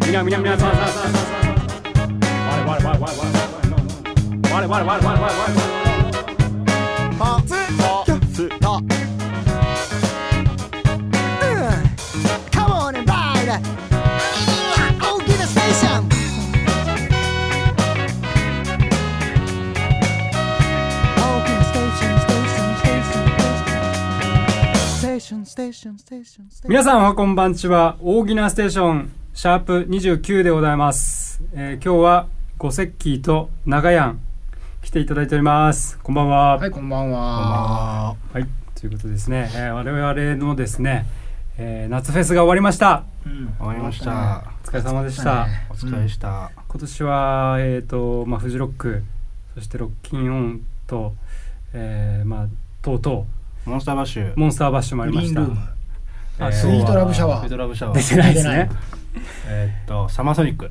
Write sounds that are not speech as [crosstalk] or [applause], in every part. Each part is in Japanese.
皆皆皆さんさんさんさんさん我我我我我我我我我我我我ポツポツとうんカモンバイル大きなステーション大きなステーションステーションステーションステーションステーションステーションステーション皆さんおはこんばんちは、大木なステーション、シャープ29でございます。えー今日は、ゴセッキーと長屋ん、来ていただいております。こんばんは。はい、こんばんは。はい、ということですね、えー我々のですね、えー夏フェスが終わりました。終わりました。お疲れ様でした。お疲れでした。今年は、えーとまあ、フジロック、そしてロッキンオンと、えーまあ、とうとモンスターバッシュう、。モンスターバッシュもあグりリまーンしルた。ーム。あえとスイはートラブシャワフーー。ドラブシャワ出てー。ないですね。えーっと、サマーソニック。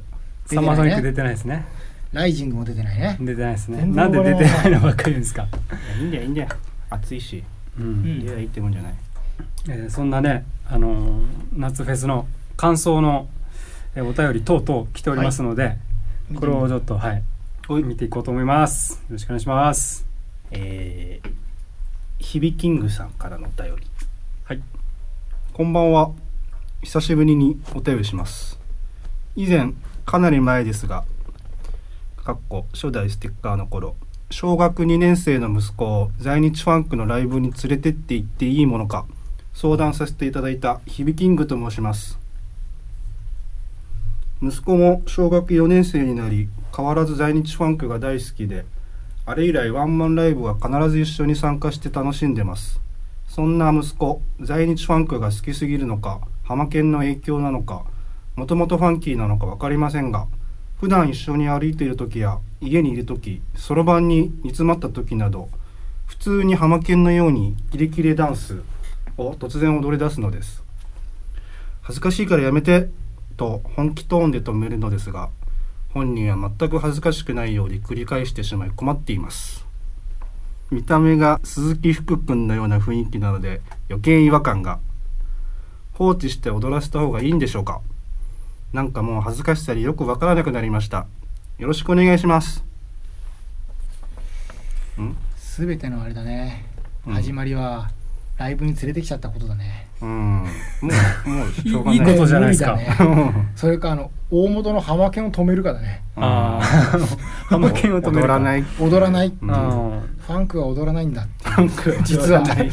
出サてないマーソニックね出てないですね。ライジングも出てないね。出てないですね。全然なんで出てないのばっかり言うんですか。いいんだよ、いいんだよ。暑いし。ううんいや、ん。いいってもんじゃない。えーそんなね、あのー夏フェスの感想の、えーお便り等々来ておりますので、これをちょっと、はい、おい見ていこうと思います。よろしくお願いします。えー、ヒビキングさんからのお便りはいこんばんは久しぶりにお便りします以前かなり前ですがかっこ初代ステッカーの頃小学2年生の息子を在日ファンクのライブに連れてって行っていいものか相談させていただいたヒビキングと申します息子も小学4年生になり変わらず在日ファンクが大好きであれ以来ワンマンライブは必ず一緒に参加して楽しんでますそんな息子在日ファンクが好きすぎるのかハマケンの影響なのかもともとファンキーなのか分かりませんが普段一緒に歩いている時や家にいる時そろばんに煮詰まった時など普通にハマケンのようにキレキレダンスを突然踊り出すのです恥ずかしいからやめてと本気トーンで止めるのですが本人は全く恥ずかしくないように繰り返してしまい困っています見た目が鈴木福君のような雰囲気なので余計違和感が放置して踊らせた方がいいんでしょうかなんかもう恥ずかしさによくわからなくなりましたよろしくお願いしますすべてのあれだね。うん始まりは、ライブに連れてきちゃったことだね。うーんもうもうしょうがいいなこいとじゃないですか無理だね [laughs] それか、あの、大元のハマケンを止めるかだね。ああ、 [laughs] ハマケンを止める。踊らないい踊らない。フうんあ [laughs] ァンクは踊らないんだって。パンク実は踊らない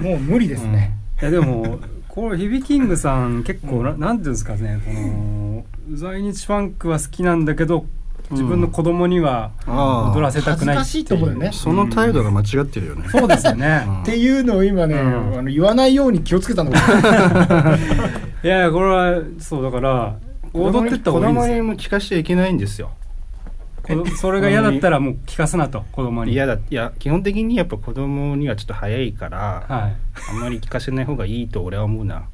もう無理ですね。ーいやでも、こう、ヒビキングさん、結構な、なんていうんですかね、この、在日ファンクは好きなんだけど、自分の子供にはあー踊らせた恥くずないかってしいいところだうね。その態度が間違ってるよねそうですよね。うんっていうのを今ね、うんあの言わないように気をつけたんだけどいやいやこれはそうだから踊ってった方がいいん子で供すによも聞かしちゃいけないんですよ子供それが嫌だったらもう聞かすなと子供に嫌だいや基本的にやっぱ子供にはちょっと早いからはいあんまり聞かせない方がいいと俺は思うな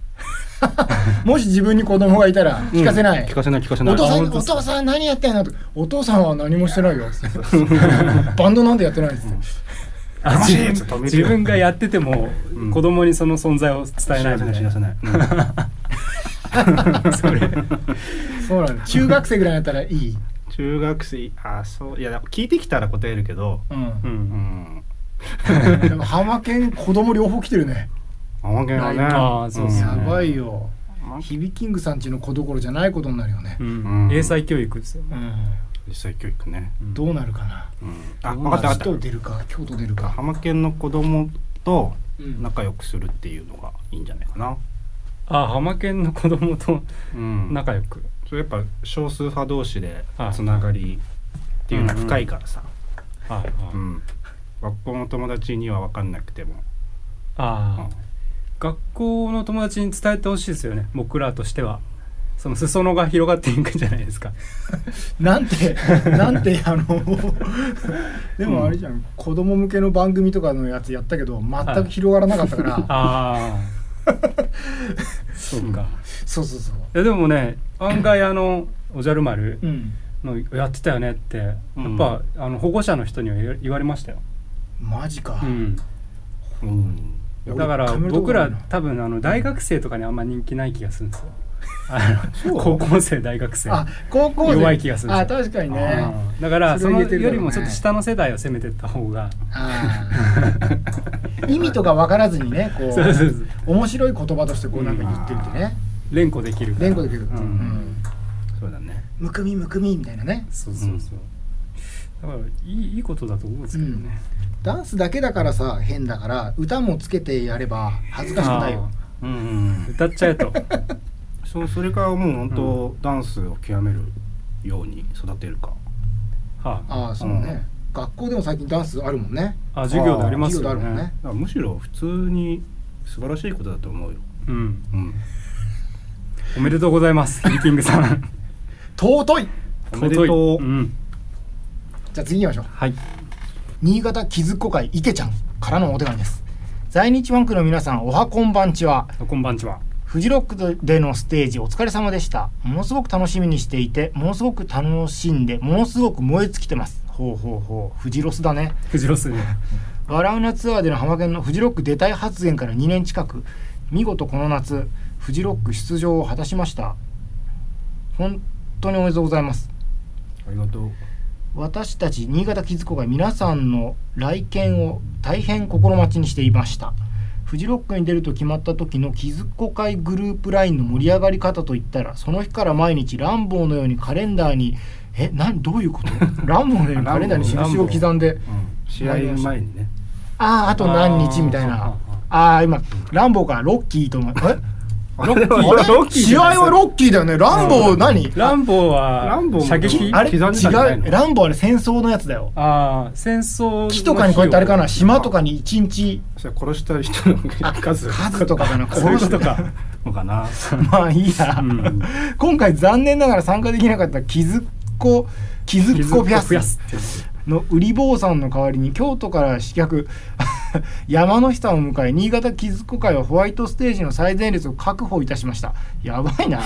もし自分に子供がいたら聞かせない、聞かせない聞かせないお父さん、あお父さん何やってんのとかお父さんは何もしてないよ。 [laughs] バンドなんてやってないです。あ自やつ止分める自よ分がやっててもうん子供にその存在を伝えないみたい知らなせない知らせないうんそれそうなんです。中学生ぐらいだったらいい。中学生あそういや聞いてきたら答えるけどうんう。うんんでもハマケン子供両方来てるね。あわけはねあーそうそうやんばいよ。ヒビキングさんちの子どころじゃないことになるよねう。うんん英才教育ですようん。実際教育ねどうなるかな。うんあ分かった分か京っ都出るか、京都出るたか。浜県の子供とうん仲良くするっていうのがいいんじゃないかなあ浜県の子供とうん仲良くそれやっぱ少数派同士でつながりっていうのは深いからさ、あうん学校の友達には分かんなくても、あ学校の友達に伝えてほしいですよね僕らとしてはその裾野が広がっていくんじゃないですかなん [laughs] て、なんて、あの、でもあれじゃん、子供向けの番組とかのやつやったけど、全く広がらなかったから、ああそうかそうそうそう。 [laughs] いやでもね案外あのおじゃる丸うん。のやってたよねってやっぱ、うんあの保護者の人には言わ言われましたよ、マジか。うん、うん、だから俺カメラとこ僕らないな多分あの大学生とかにあんま人気ない気がするんですよあのそう高校生大学生あ高校生弱い気がするあ確かにねあーだからそそれの言えてるだよろうねりもちょっと下の世代を攻めてった方 [laughs] があー意味とか分からずにね [laughs] こそうそうそう面白い言葉としてこうなんか言ってるとね、連呼できるから連呼できる、ううんんそうだねむくみむくみみたいなねそうそうそうだからいいいいことだと思うんですけどね、ダンスだけだからさ変だから歌もつけてやれば恥ずかしくないようんうん歌っちゃえとそうそれからもう本当、ダンスを極めるように育てるかはあ、 [laughs] ああそうね、学校でも最近ダンスあるもんねあ授業であります授業でよあるもんねねだからむしろ普通に素晴らしいことだと思うよ、うんうん、おめでとうございますリキングさん尊いおめでとう、尊いんじゃあ次行きましょうはい新潟キズっこ会池ちゃんからのお手紙です在日ワンクの皆さんおはこんばんちはこんばんちはフジロックでのステージお疲れ様でしたものすごく楽しみにしていてものすごく楽しんでものすごく燃え尽きてますほうほうほうフジロスだねフジロスに笑うなツアーでの浜県のフジロック出たい発言から2年近く見事この夏フジロック出場を果たしました本当におめでとうございますありがとう私たち新潟キズコが皆さんの来県を大変心待ちにしていましたフジロックに出ると決まった時のキズコ会グループ LINE の盛り上がり方といったらその日から毎日ランボーのようにカレンダーにえ何どういうこと [laughs] ランボーのようにカレンダーに印を刻んでうん、試合前にねあああと何日みたいなああー今ランボーからロッキーと思いえ [laughs] あロッキーはロッキー試合はロッキーだよねランボー何ランボーはランボーも射撃あれ違刻んでたんじゃないのうランボーはね戦争のやつだよああ戦争の木とかにこうやってあれかな費島とかに一日それ殺した人のあ数数とかかな用そういうこと殺かのかなまあいいや、ん今回残念ながら参加できなかったキズッコキズッコフィア傷を増やスすっていうの売り坊さんの代わりに京都から刺客 [laughs] 山の下を迎え新潟キズッコ会はホワイトステージの最前列を確保いたしましたやば [laughs] いな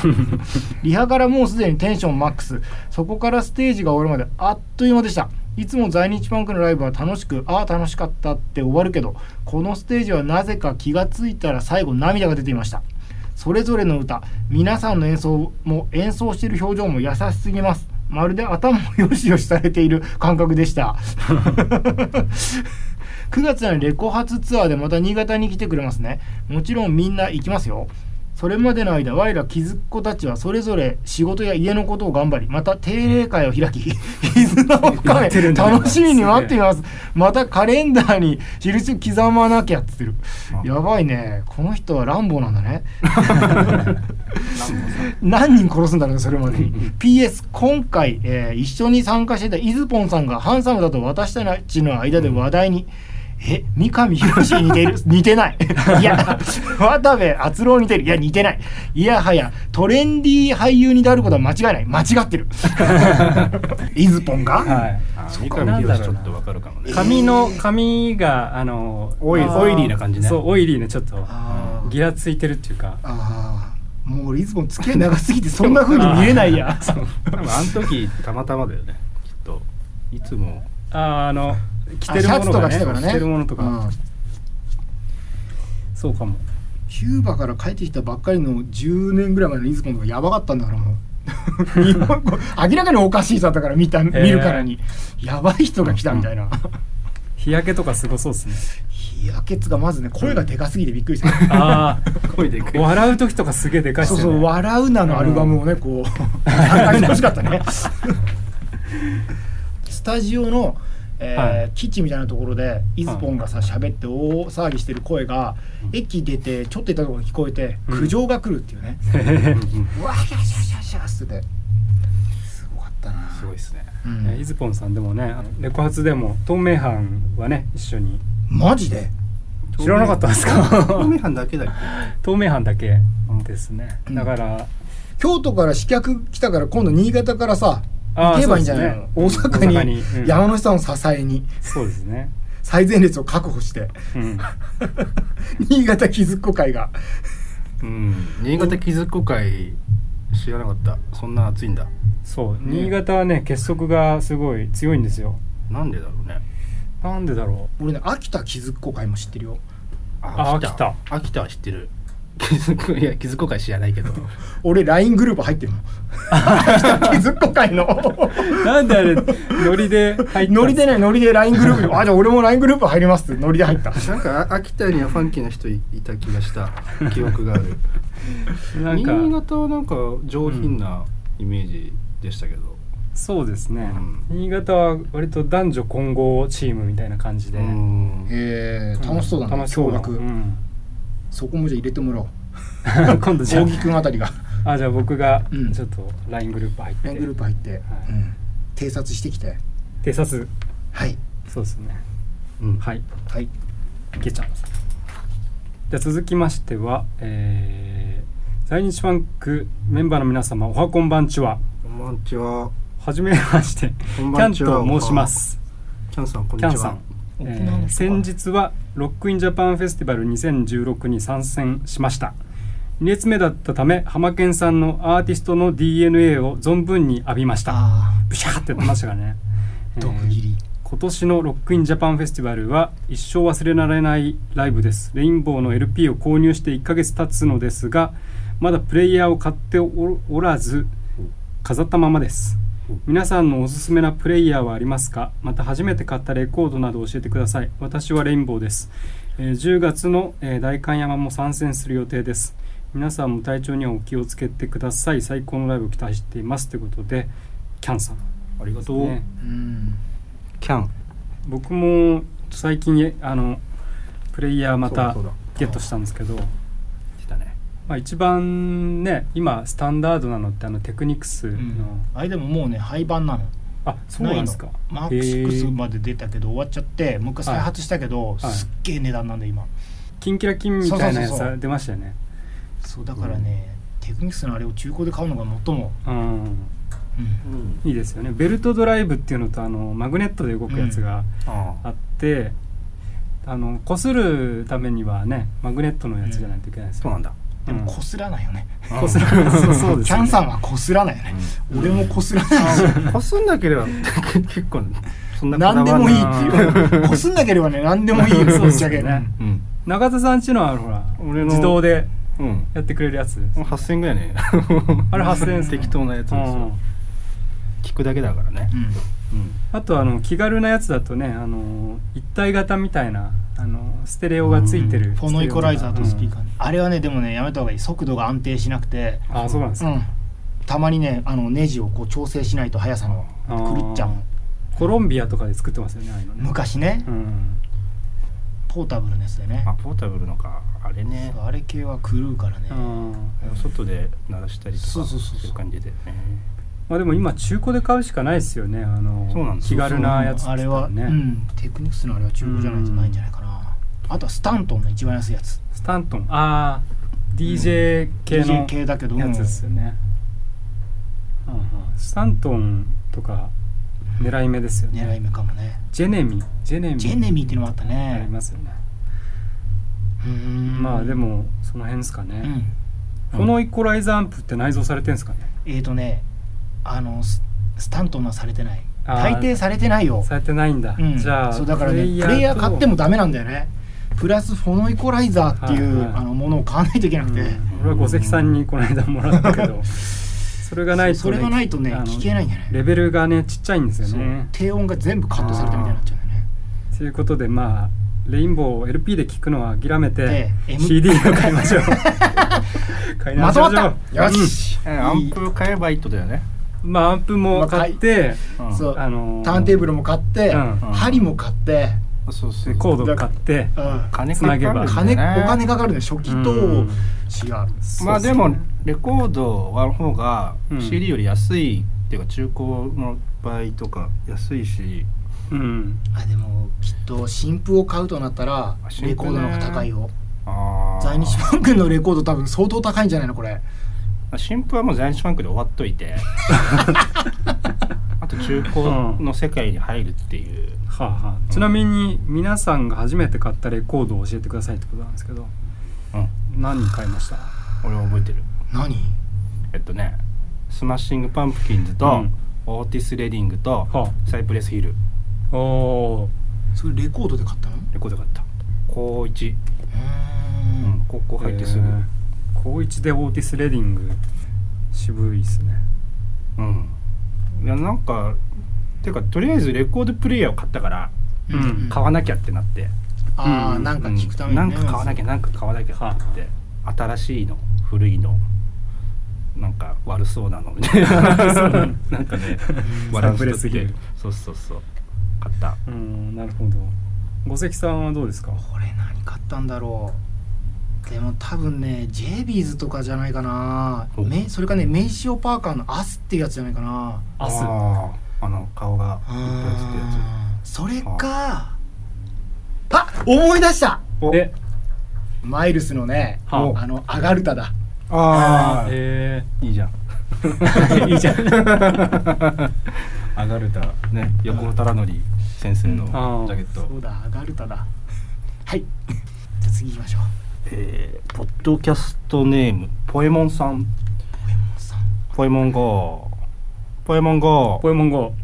リハからもうすでにテンションマックスそこからステージが終わるまであっという間でしたいつも在日パンクのライブは楽しくああ楽しかったって終わるけどこのステージはなぜか気がついたら最後涙が出ていましたそれぞれの歌皆さんの演奏も演奏している表情も優しすぎますまるで頭をよしよしされている感覚でした [laughs] 9月のレコ発ツアーでまた新潟に来てくれますねもちろんみんな行きますよそれまでの間、我ら気づっ子たちはそれぞれ仕事や家のことを頑張り、また定例会を開き、絆を深やめってる、んだ楽しみに待っています。またカレンダーに印を刻まなきゃって言ってある。やばいね。この人は乱暴なん [laughs] だね。何人殺すんだろうねそれまでに PS 今回、えー一緒に参加してたイズポンさんがハンサムだと私たちの間で話題に、え三上博史に似て [laughs] いる似てないいや渡部篤郎に似てるいや似てないいやはやトレンディー俳優になることは間違いない間違っ [laughs] てるイズポンが、はいあそ三こ上なんだ博ろちうょなっとわかるかもね髪の髪があのオイルあーオイリーな感じねそうオイリーなちょっとあーギラついてるっていうかあーもう俺イズポン付き合い長すぎてそんな風に見えない [laughs] や多分あの時たまたまだよねきっといつもあーあの着てあるシもャのツとがかねしてたからね着てるものとうんかそうかもキューバから帰ってきたばっかりの10年ぐらい前のイズコンとかやばかったんだからも [laughs] う日本語明らかにおかしい人だったから見た見るからにやばい人が来たみたいな、日焼けとかすごそうですね日焼けっつうかまずね声がでかすぎてびっくりした、あ声であ笑う時とかすげえでかいっすそようねそう「笑うな」のアルバムをねこう流してほしかったねスタジオの、えーはい基地みたいなところでイズポンがさ喋って大騒ぎしてる声が、駅出てちょっと行ったところに聞こえて、うん苦情が来るっていうねうわシャシャシャシャシャってすごかったなすごいですねうんねイズポンさんでもねあのレコ発でも透明版はね一緒にマジで知らなかったんですか透明犯だけだっ透明版だけですね、うんだから京都から刺客来たから今度新潟からさあー行けばいいんじゃないの、そうですね大阪に大阪にうん山の下を支えにそうですね、最前列を確保してうん、新潟気づっこ会がけうん新潟気づこ会知らなかったそんな熱いんだそう新潟はね結束がすごい強いんですよなんでだろうねなんでだろ俺ね秋田気づっこ会も知ってるよあ秋田秋田は知ってる気づくいや気づこうか知らないけど俺 LINE グループ入ってるもん気づっこ会のなんであれノリで入ったんすかノリでねノリで LINE グループにあじゃあ俺も LINE グループ入りますってノリで入ったなんかあ秋田にはファンキーな人いいた気がした記憶があるなん新か潟は [laughs] なんか上品なイメージでしたけど、そうですね、うん新潟は割と男女混合チームみたいな感じで、うんへえ楽しそうだな楽しそう驚な愕、うん [laughs] そこもじゃあ入れてもらおう今度じゃ大木君あたりが [laughs] ああじゃあ僕がうんちょっと LINE グループ入って、 LINE グループ入って、うん偵察してきて偵察はいそうですねうんはいはいけちゃんじゃあ続きましては、えー在日ファンクメンバーの皆様おはこんばんちはこんばんちははじめましてこキんばャんンちはと申しますキャンさんこんキにャちンさはん、えー先日はロックインジャパンフェスティバル2016に参戦しました2列目だったため浜県さんのアーティストの DNA を存分に浴びましたあブシャーってなりましたからね、あ毒斬り今年のロックインジャパンフェスティバルは一生忘れられないライブですレインボーの LP を購入して1ヶ月経つのですがまだプレイヤーを買っておおらず飾ったままですうん皆さんのおすすめなプレイヤーはありますかまた初めて買ったレコードなど教えてください私はレインボーです、えー10月の、えー代官山も参戦する予定です皆さんも体調にはお気をつけてください最高のライブを期待していますということでキャンさんありがとう、ねうんキャン僕も最近えあのプレイヤーまたそうだそうだゲットしたんですけど、来たねまあ、一番ね今スタンダードなのってあのテクニクスの、あれでももうね廃盤なのあそうなんですかないのマックスクスへーまで出たけど終わっちゃってもう一回再発したけはど、いすっげえ値段なんだ今キンキラキンみたいなやそつうそうそうそう出ましたよねそうだからね、テクニクスのあれを中古で買うのが最も、うんうんうんいいですよねベルトドライブっていうのとあのマグネットで動くやつがあああって、あの擦るためにはねマグネットのやつじゃないといけないですよそうなんだでうんもこすらないよね、こするそうそうですキよャねンさんはこすらないよね、俺もこすらないし、こすんなければ [laughs] 結構そんな何でもいいっていう、うこすんなければね何でもいいよそうぶでっすちよゃけ、ねうん中田さんちのはほら俺の自動でうん、やってくれるやつもう8000円ぐらいねあれ8000円ですね適当なやつですよ、うん聞くだけだからねう、んあとあの気軽なやつだとねあの一体型みたいなあのステレオがついてる、フォノイコライザーとスピーカー、ーね、あれはねでもねやめた方がいい速度が安定しなくて、あそうなんですうか、ん、たまにねあのネジをこう調整しないと速さのあー狂っちゃうのコロンビアとかで作ってますよねああいうのね、昔ね、うん、ポータブルのやつでねあポータブルのかあれねあれ系は狂うからね、うん外で鳴らしたりとかそうそうそうそういう感じでねまあ、でも今中古で買うしかないですよねあのそうなんです気軽なやつっつあったれらは、ね、うん、テクニクスのあれは中古じゃないとないんじゃないかな、あとはスタントンの一番安いやつスタントンああ DJ 系の、 DJ 系だけどやつですよね、うんうんスタントンとか狙い目ですよね狙い目かもねジェネミジェネミジェネミーっていうのもあったありねますよね、うーんまあでもその辺ですかうね、んこのイコライザーアンプって内蔵されてるんですかねえーとねあのススタントンはされてないあー大抵されてないよ、されてないんだ、うん、じゃあそうだからねプレイヤー買ってもダメなんだよねプラスフォノイコライザーっていう、はいはいあのものを買わないといけななくて、俺は五関さんにこの間もらったけ [laughs] どそれがないと、ね、それがないとねあの聞けないんじゃないレベルがねちっちゃいんですよそうね低音が全部カットされたみたいになっちゃうんだよねということでまあレインボーを LP で聴くのは諦めてで M- CD を買いましょう [laughs] 買い直ましましとまっょうたよし、えアンプ買えばいいってことだよね、うんまあアンプも買って、うんそうあのーターンテーブルも買って、うん針も買って、そうそうコードを買ってうん金つなげばかかる金んだおよね金かかるね初期とうん違う、まあそうですねもレコードの方がうん CD より安いっていうか中古の場合とか安いしうんあでもきっと新譜を買うとなったらあ新譜ねレコードの方が高いよあー在日ファンクのレコード多分相当高いんじゃないのこれ新譜はもう在日ファンクで終わっと [laughs] いてあと中古の世界に入るっていうはあはあ、ちなみに皆さんが初めて買ったレコードを教えてくださいってことなんですけどうん何買いました俺は覚えてる何えっとねスマッシングパンプキンズと、うんオーティス・レディングと、はサイプレス・ヒルあ、おーそれレコードで買ったのレコード買った高1、うーうんん、高校入ってすぐ、へー高1でオーティス・レディング渋いですねうんいやなんかていうかとりあえずレコードプレイヤーを買ったからうん買わなきゃってなって、ああ、うんなんか聞くために、うねんなんか買わなきゃなんか買わなきゃってなって新しいの古いのなんか悪そうなのみたいななんかねんバラサンンスプ取ルってすぎるそうそうそう買ったうんなるほど五関さんはどうですかこれ何買ったんだろうでも多分ねジェイビーズとかじゃないかなおめそれかねメイシオパーカーのアスっていうやつじゃないかな明日あーあの顔がいっぱい映ってるやそれかあ思い出したつおでマイルスのねはあのアガルタだああえいいじゃんいい [laughs] じゃん上がるたね横尾忠則先生うんのジあーャケット、そうだアガルタだはいじゃあ次行きましょうえーポッドキャストネームポエモンさんさんポエモン GO ポエモン GO ポエモン GO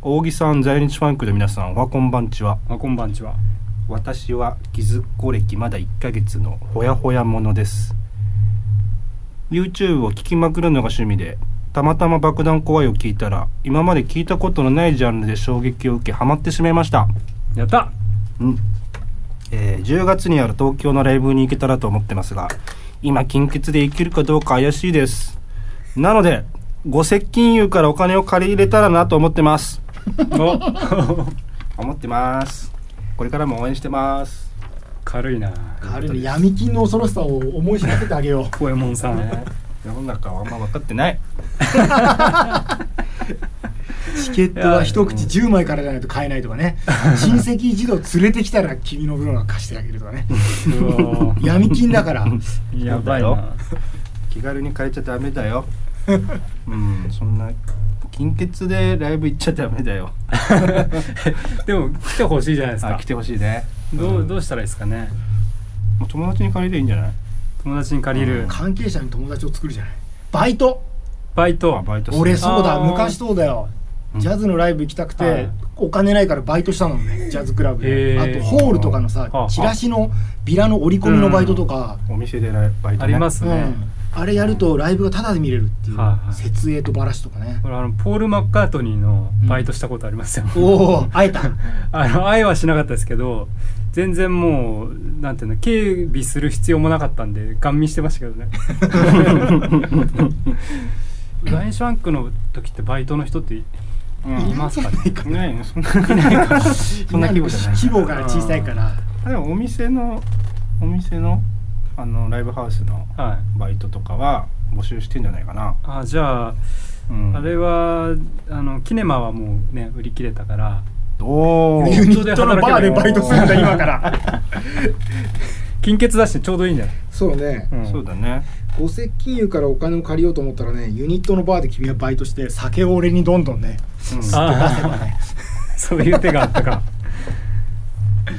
大木さん在日ファンクの皆さんおはこんばんちはあこんばんちは私は気づっこ歴まだ1ヶ月のほやほやものです YouTube を聞きまくるのが趣味でたまたま爆弾怖いを聞いたら今まで聞いたことのないジャンルで衝撃を受けハマってしまいましたやったうんえー10月にある東京のライブに行けたらと思ってますが今金欠で行けるかどうか怪しいですなのでご接金融からお金を借り入れたらなと思ってますお [laughs] 思ってますこれからも応援してます軽いなある意味闇金の恐ろしさを思い知らせてあげようポエモンさん、世の中はあんま分かってない [laughs] チケットは一口10枚からじゃないと買えないとかね [laughs] 親戚一同連れてきたら君の分は貸してあげるとかねうわー闇金だからやばいそうな気軽に変えちゃダメ [laughs] だようんそんな金欠でライブ行っちゃダメだよでも来てほしいじゃないですあか来てほしいねどううんどうしたらいいですかねもう友達に借りていいんじゃない友達に借りる関係者に友達を作るじゃないバイトバイトあバイトする俺そうだあー昔そうだようんジャズのライブ行きたくて、はいお金ないからバイトしたのねジャズクラブで、へあーとホールとかのさ、ああチラシのビラの折り込みのバイトとか、お店でライバイト、ね、ありますうんね、あれやるとライブがタダで見れるっていう、はいはい設営とばらしとかねこれあのポール・マッカートニーのバイトしたことありますよ、おお会えた [laughs] あの愛はしなかったですけど全然もうなんていうの警備する必要もなかったんでガン見してましたけ [laughs] どねラインシャンクの時ってバイトの人っていうんいますかねいないねそんなにいな [laughs] いかそんな規模じゃない規模が小さいからあでもお店のお店のあのライブハウスのはいバイトとかは募集してんじゃないかな、あじゃあ、うんあれはあのキネマはもうね売り切れたからおおユニットのバーでバイトするんだ今から金欠出してちょうどいいんじゃない、そうねうんそうだね五石金融からお金を借りようと思ったらねユニットのバーで君はバイトして酒を俺にどんどんね出せばあねあ [laughs] そういう手があった [laughs] か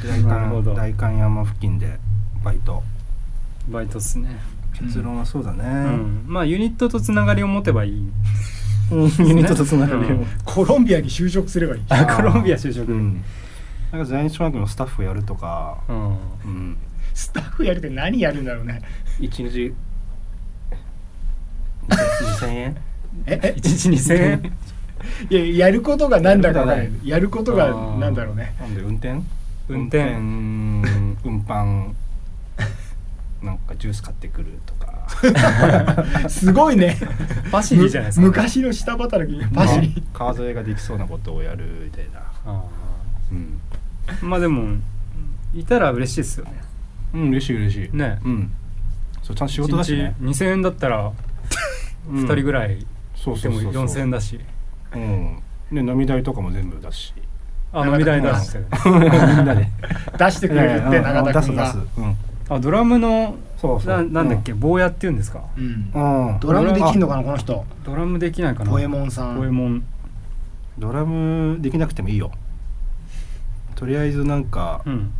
大なるほ観ど大観山付近でバイトバイトっすね、結論はそうだね、うんまあユニットとつながりを持てばいいユニットとつながりうをんコロンビアに就職すればいいあコロンビア就職うんなんか在日ワークのスタッフやるとか、うんうん、スタッフやるって何やるんだろうね1日2000円 [laughs] ええ1日2000円いややることがなんだかやねることやることがなんだろうねなんで運転運転運転運搬なんかジュース買ってくると [laughs] かすごいねパシリじゃないですかむ昔の下働きパシリ川沿いができそうなことをやるみたいな、あうん、あまあでもいたら嬉しいですよねうん、嬉しい嬉しいねうんそうちゃんと仕事だしね1日2000円だったら2人ぐい、らいそうでそうもそうそう4000円だしうんで飲み代とかも全部だしあ飲み代出してみ [laughs] んなで出してくれるって永田出す君出がす、うん、あドラムのそうそうななんだっけ、坊やっていうんですかうんうんドラムできんのかなこの人ドラムできないかなポエモンさんポエモンドラムできなくてもいいよとりあえずなんか、うん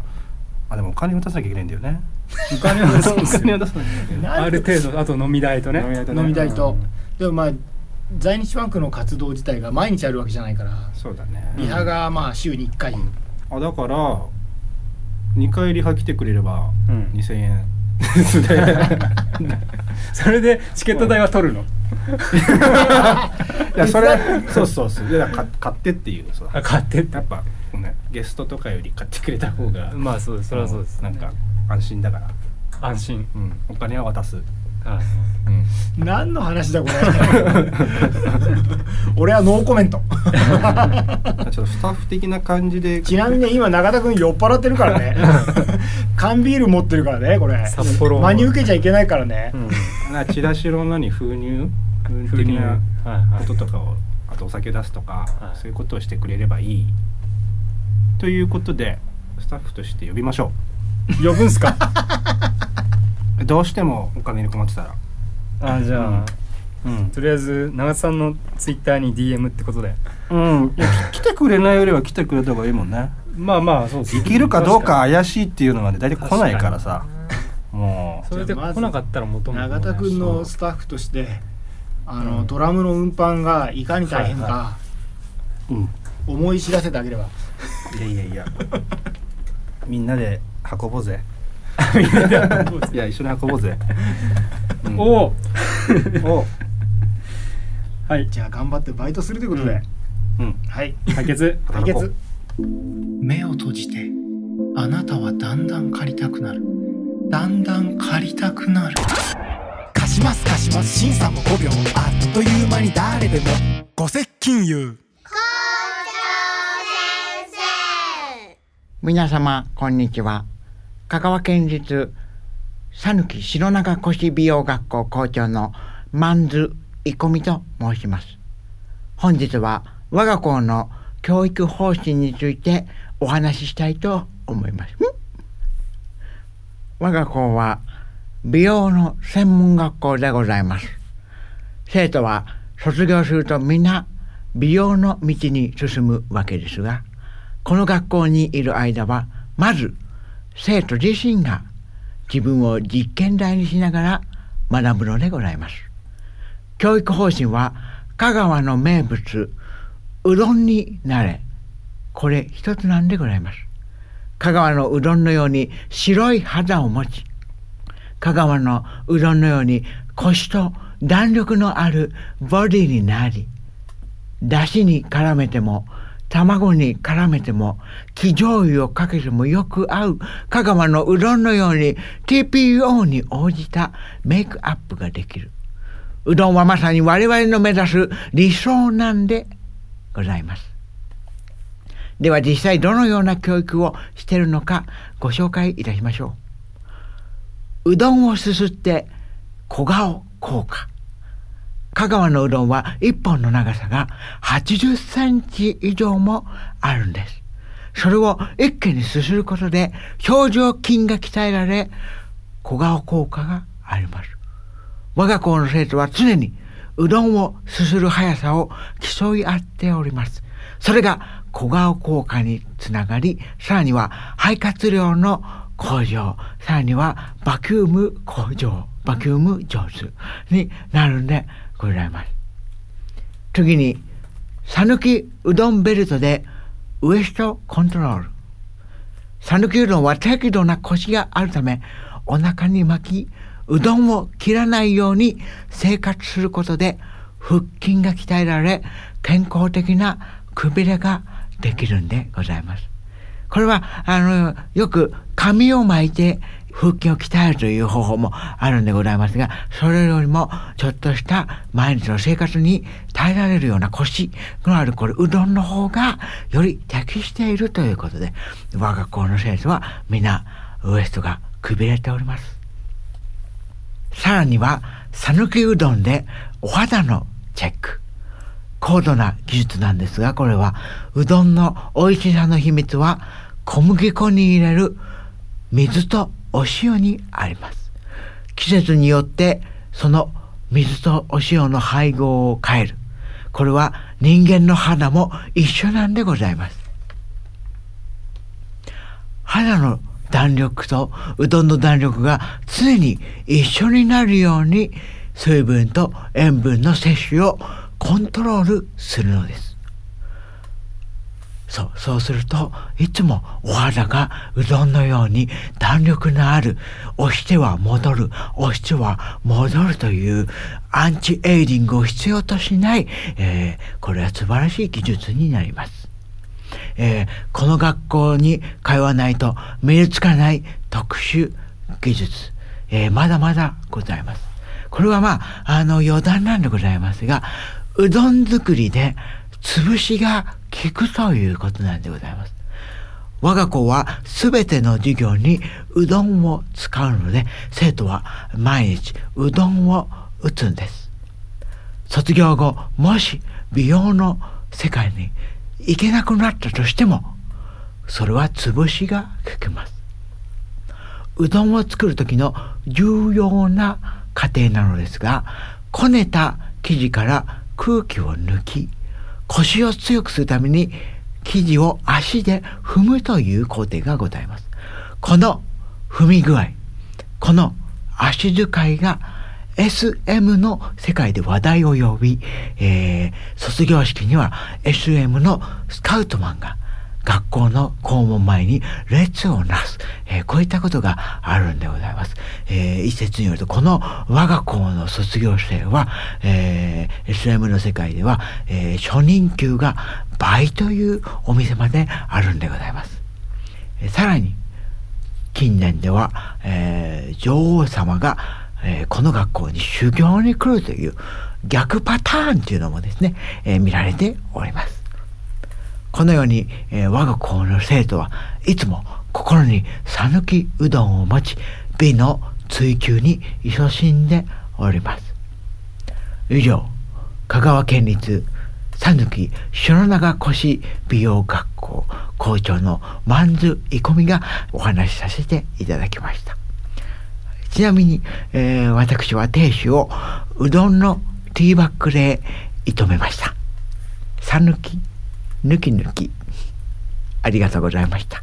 あでもお金を出さなきゃいけないんだよねお金はそうおです金よを出さなきゃいけないある程度あと飲み代とねと飲み代うとんでもまあ在日ファンクの活動自体が毎日あるわけじゃないからそうだねリハがまあ週に1回あだから2回リハ来てくれれば [laughs] うん2000円それでチケット代は取るのいや [laughs] それそうそうそういやか買ってっていうそうあ買ってってやっぱこうねゲストとかより買ってくれた方がまあそうですそれはそうですなんか安心だから、安心うん、お金は渡す、はいうん、何の話だこれ [laughs] 俺はノーコメントちょっとスタッフ的な感じでちなみにね今永田君酔っ払ってるか [laughs] らね缶ビール持ってるからねこれ札幌真に受けちゃいけないからね、なチラシの何封入封入的はないはこいととかをあとお酒出すとか、はいそういうことをしてくれればいいということでスタッフとして呼びましょ呼ぶんすかうどうしてもお金に困ってたらあじゃあ、うん、とりあえず長田さんのツイッターに DM ってことでうん、いやき来てくれないよりは来てくれた方がいいもんねまあまあそうです [laughs] 生きるかどうか怪しいっていうのがね大体来ないからさもそれで来なかったら元も子もな [laughs] 永い田君のスタッフとしてあの、ドラムの運搬がいかに大変はいかう、うん、思い知らせてあげれば、いやいやいやみんなで運ぼうぜ [laughs] いや一緒に運ぼうぜ、うんおおおはいじゃあ頑張ってバイトするということで、うんはい解決解働こう決目を閉じてあなたはだんだん借りたくなるだんだん借りたくなる貸します貸します審査も5秒あっという間に誰でもご接近言皆様、こんにちは。香川県立、さぬき白長越美容学校校長のマンズ・イコミと申します。本日は我が校の教育方針についてお話ししたいと思います。ん我が校は美容の専門学校でございます。生徒は卒業すると皆美容の道に進むわけですがこの学校にいる間はまず生徒自身が自分を実験台にしながら学ぶのでございます教育方針は香川の名物うどんになれこれ一つなんでございます香川のうどんのように白い肌を持ち香川のうどんのようにコシと弾力のあるボディになりだしに絡めても卵に絡めても生醤油をかけてもよく合う香川のうどんのように TPO に応じたメイクアップができるうどんはまさに我々の目指す理想なんでございますでは実際どのような教育をしているのかご紹介いたしましょううどんをすすって小顔効果香川のうどんは一本の長さが80センチ以上もあるんですそれを一気にすすることで表情筋が鍛えられ小顔効果があります我が校の生徒は常にうどんをすする速さを競い合っております。それが小顔効果につながり、さらには肺活量の向上、さらにはバキューム向上、バキューム上手になるんでございます。次に、さぬきうどんベルトでウエストコントロール。讃岐うどんは適度なコシがあるためお腹に巻きうどんを切らないように生活することで腹筋が鍛えられ健康的なくびれができるんでございます。これはあのよく紙を巻いて腹筋を鍛えるという方法もあるんでございますがそれよりもちょっとした毎日の生活に耐えられるような腰のあるこれうどんの方がより適しているということで我が校の先生は皆ウエストがくびれております。さらには讃岐うどんでお肌のチェック。高度な技術なんですが、これは、うどんの美味しさの秘密は、小麦粉に入れる水とお塩にあります。季節によって、その水とお塩の配合を変える。これは人間の肌も一緒なんでございます。肌の弾力とうどんの弾力が常に一緒になるように水分と塩分の摂取をコントロールするのです。そうそうするといつもお肌がうどんのように弾力のある押しては戻る押しては戻るというアンチエイリングを必要としない、えーこれは素晴らしい技術になります。えーこの学校に通わないと身につかない特殊技術、えーまだまだございます。これはまあ、あの余談なんでございますが、うどん作りで潰しが効くということなんでございます。我が校は全ての授業にうどんを使うので、生徒は毎日うどんを打つんです。卒業後もし美容の世界に行けなくなったとしてもそれは潰しが効きますうどんを作る時の重要な過程なのですがこねた生地から空気を抜きコシを強くするために生地を足で踏むという工程がございますこの踏み具合この足使いが SM の世界で話題を呼び、えー卒業式には SM のスカウトマンが学校の校門前に列をなす、えーこういったことがあるんでございます、えー一説によるとこの我が校の卒業生は、えー SM の世界では、えー初任給が倍というお店まであるんでございます、えーさらに近年では、えー女王様が、えーこの学校に修行に来るという逆パターンというのもですね、えー見られております。このように、えー我が校の生徒はいつも心に讃岐うどんを持ち美の追求に勤しんでおります。以上香川県立讃岐篠長越美容学校校長の万津生込がお話しさせていただきましたちなみに、えー私は亭主をうどんのティーバッグで射止めました讃岐ぬきぬきありがとうございました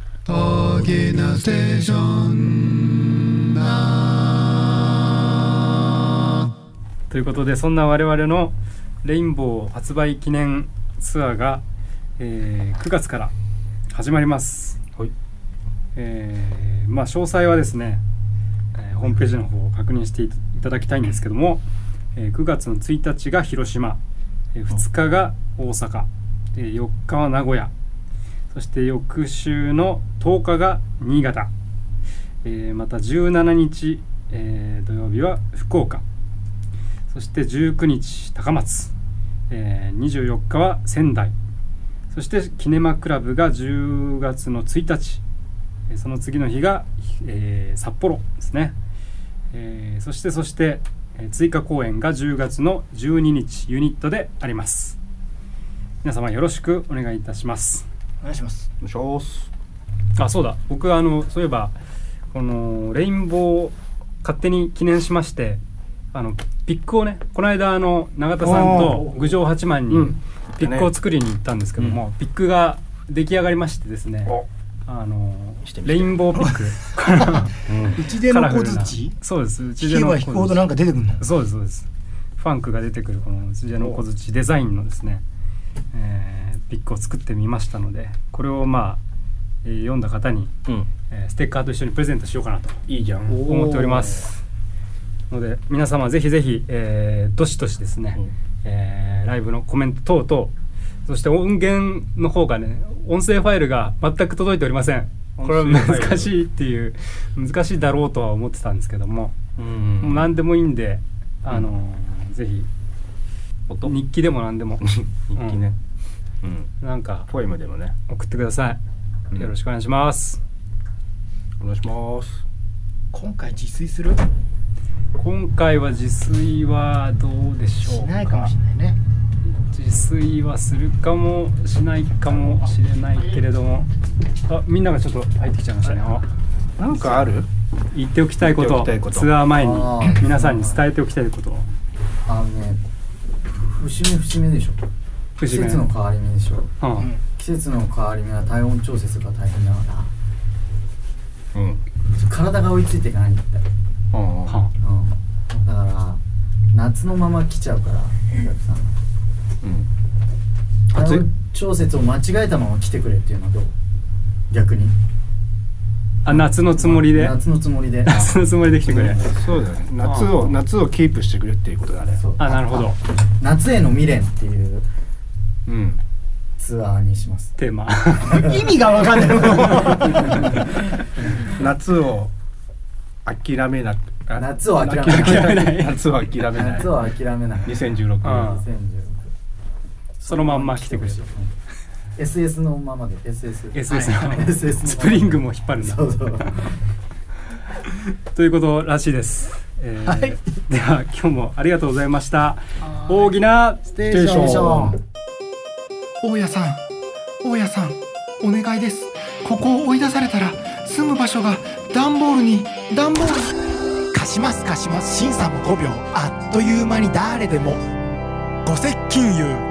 ということでそんな我々のレインボー発売記念ツアーが、えー9月から始まります、はいえーまあ、詳細はですね、えーホームページの方を確認していただきたいんですけども、えー9月の1日が広島、えー2日が大阪、えー4日は名古屋そして翌週の10日が新潟、えーまた17日、えー土曜日は福岡そして19日高松、えー24日は仙台そしてキネマクラブが10月の1日えーその次の日が、えー札幌ですね、えーそしてそして、えー追加公演が10月の12日ユニットであります皆様よろしくお願いいたしますお願いしますお願いしますあそうだ僕はあのそういえばこのレインボーを勝手に記念しましてあのピックをねこの間あの永田さんと郡上八幡にうんピックを作りに行ったんですけども、ピックが出来上がりましてですねおあのしてみてレインボーピックからうち [laughs] でカのラフ小ルな槌そうですうち聞けば引くほどなんか出てくるのそうですそうですファンクが出てくるこのうちでの小槌デザインのですね、えーピックを作ってみましたのでこれをまあ、えー読んだ方にうんえーステッカーと一緒にプレゼントしようかなといいじゃん思っておりますので皆様ぜひぜひ、えーどしどしですね、うんえーライブのコメント等々そして音源の方がね音声ファイルが全く届いておりませんこれは音声ファイル難しいっていう難しいだろうとは思ってたんですけども、うんもう何でもいいんであのーぜひ音日記でも何で [laughs] も日記ねうんなんかポエムでもね送ってくださうんいよろしくお願いします、お願いします今回自炊する今回は自炊はどうでしょしうかないかもしれないね自炊はするかもしないかもしれないけれどもあみんながちょっと入ってきちゃいましたねあなんかある言っておきたいこ言とっておきたいことツアー前にあー皆さんに伝えておきたいことあのね節目節目でしょ季藤節の変わり目でしょうんうん季節の変わり目は体温調節が大変だからうん体が追いついていかないんだって、うんはうん、だから夏のまま来ちゃうからお客さんがうん暑い体温調節を間違えたまま来てくれっていうのはどう逆にあ夏のつもりで夏のつもりで夏のつもりで来てくれそうだね夏あをあ夏をキープしてくれっていうことだねそうあなるほど夏への未練っていううんツアーにしますテーマ意味がわかんない夏を諦めなくあ夏を諦めない [laughs] 夏を諦めない夏は諦めない2016あ年あ2016そのまんま来てほしいうん SS のままで SS SS の [laughs] はい SS のスプリングも引っ張るんだそうそうということらしいです、えーでは今日もありがとうございました大きなステーシステーショョンン大家さん大家さんお願いですここを追い出されたら住む場所が段ボールに段ボール貸します貸します審査も5秒あっという間に誰でもご接近言う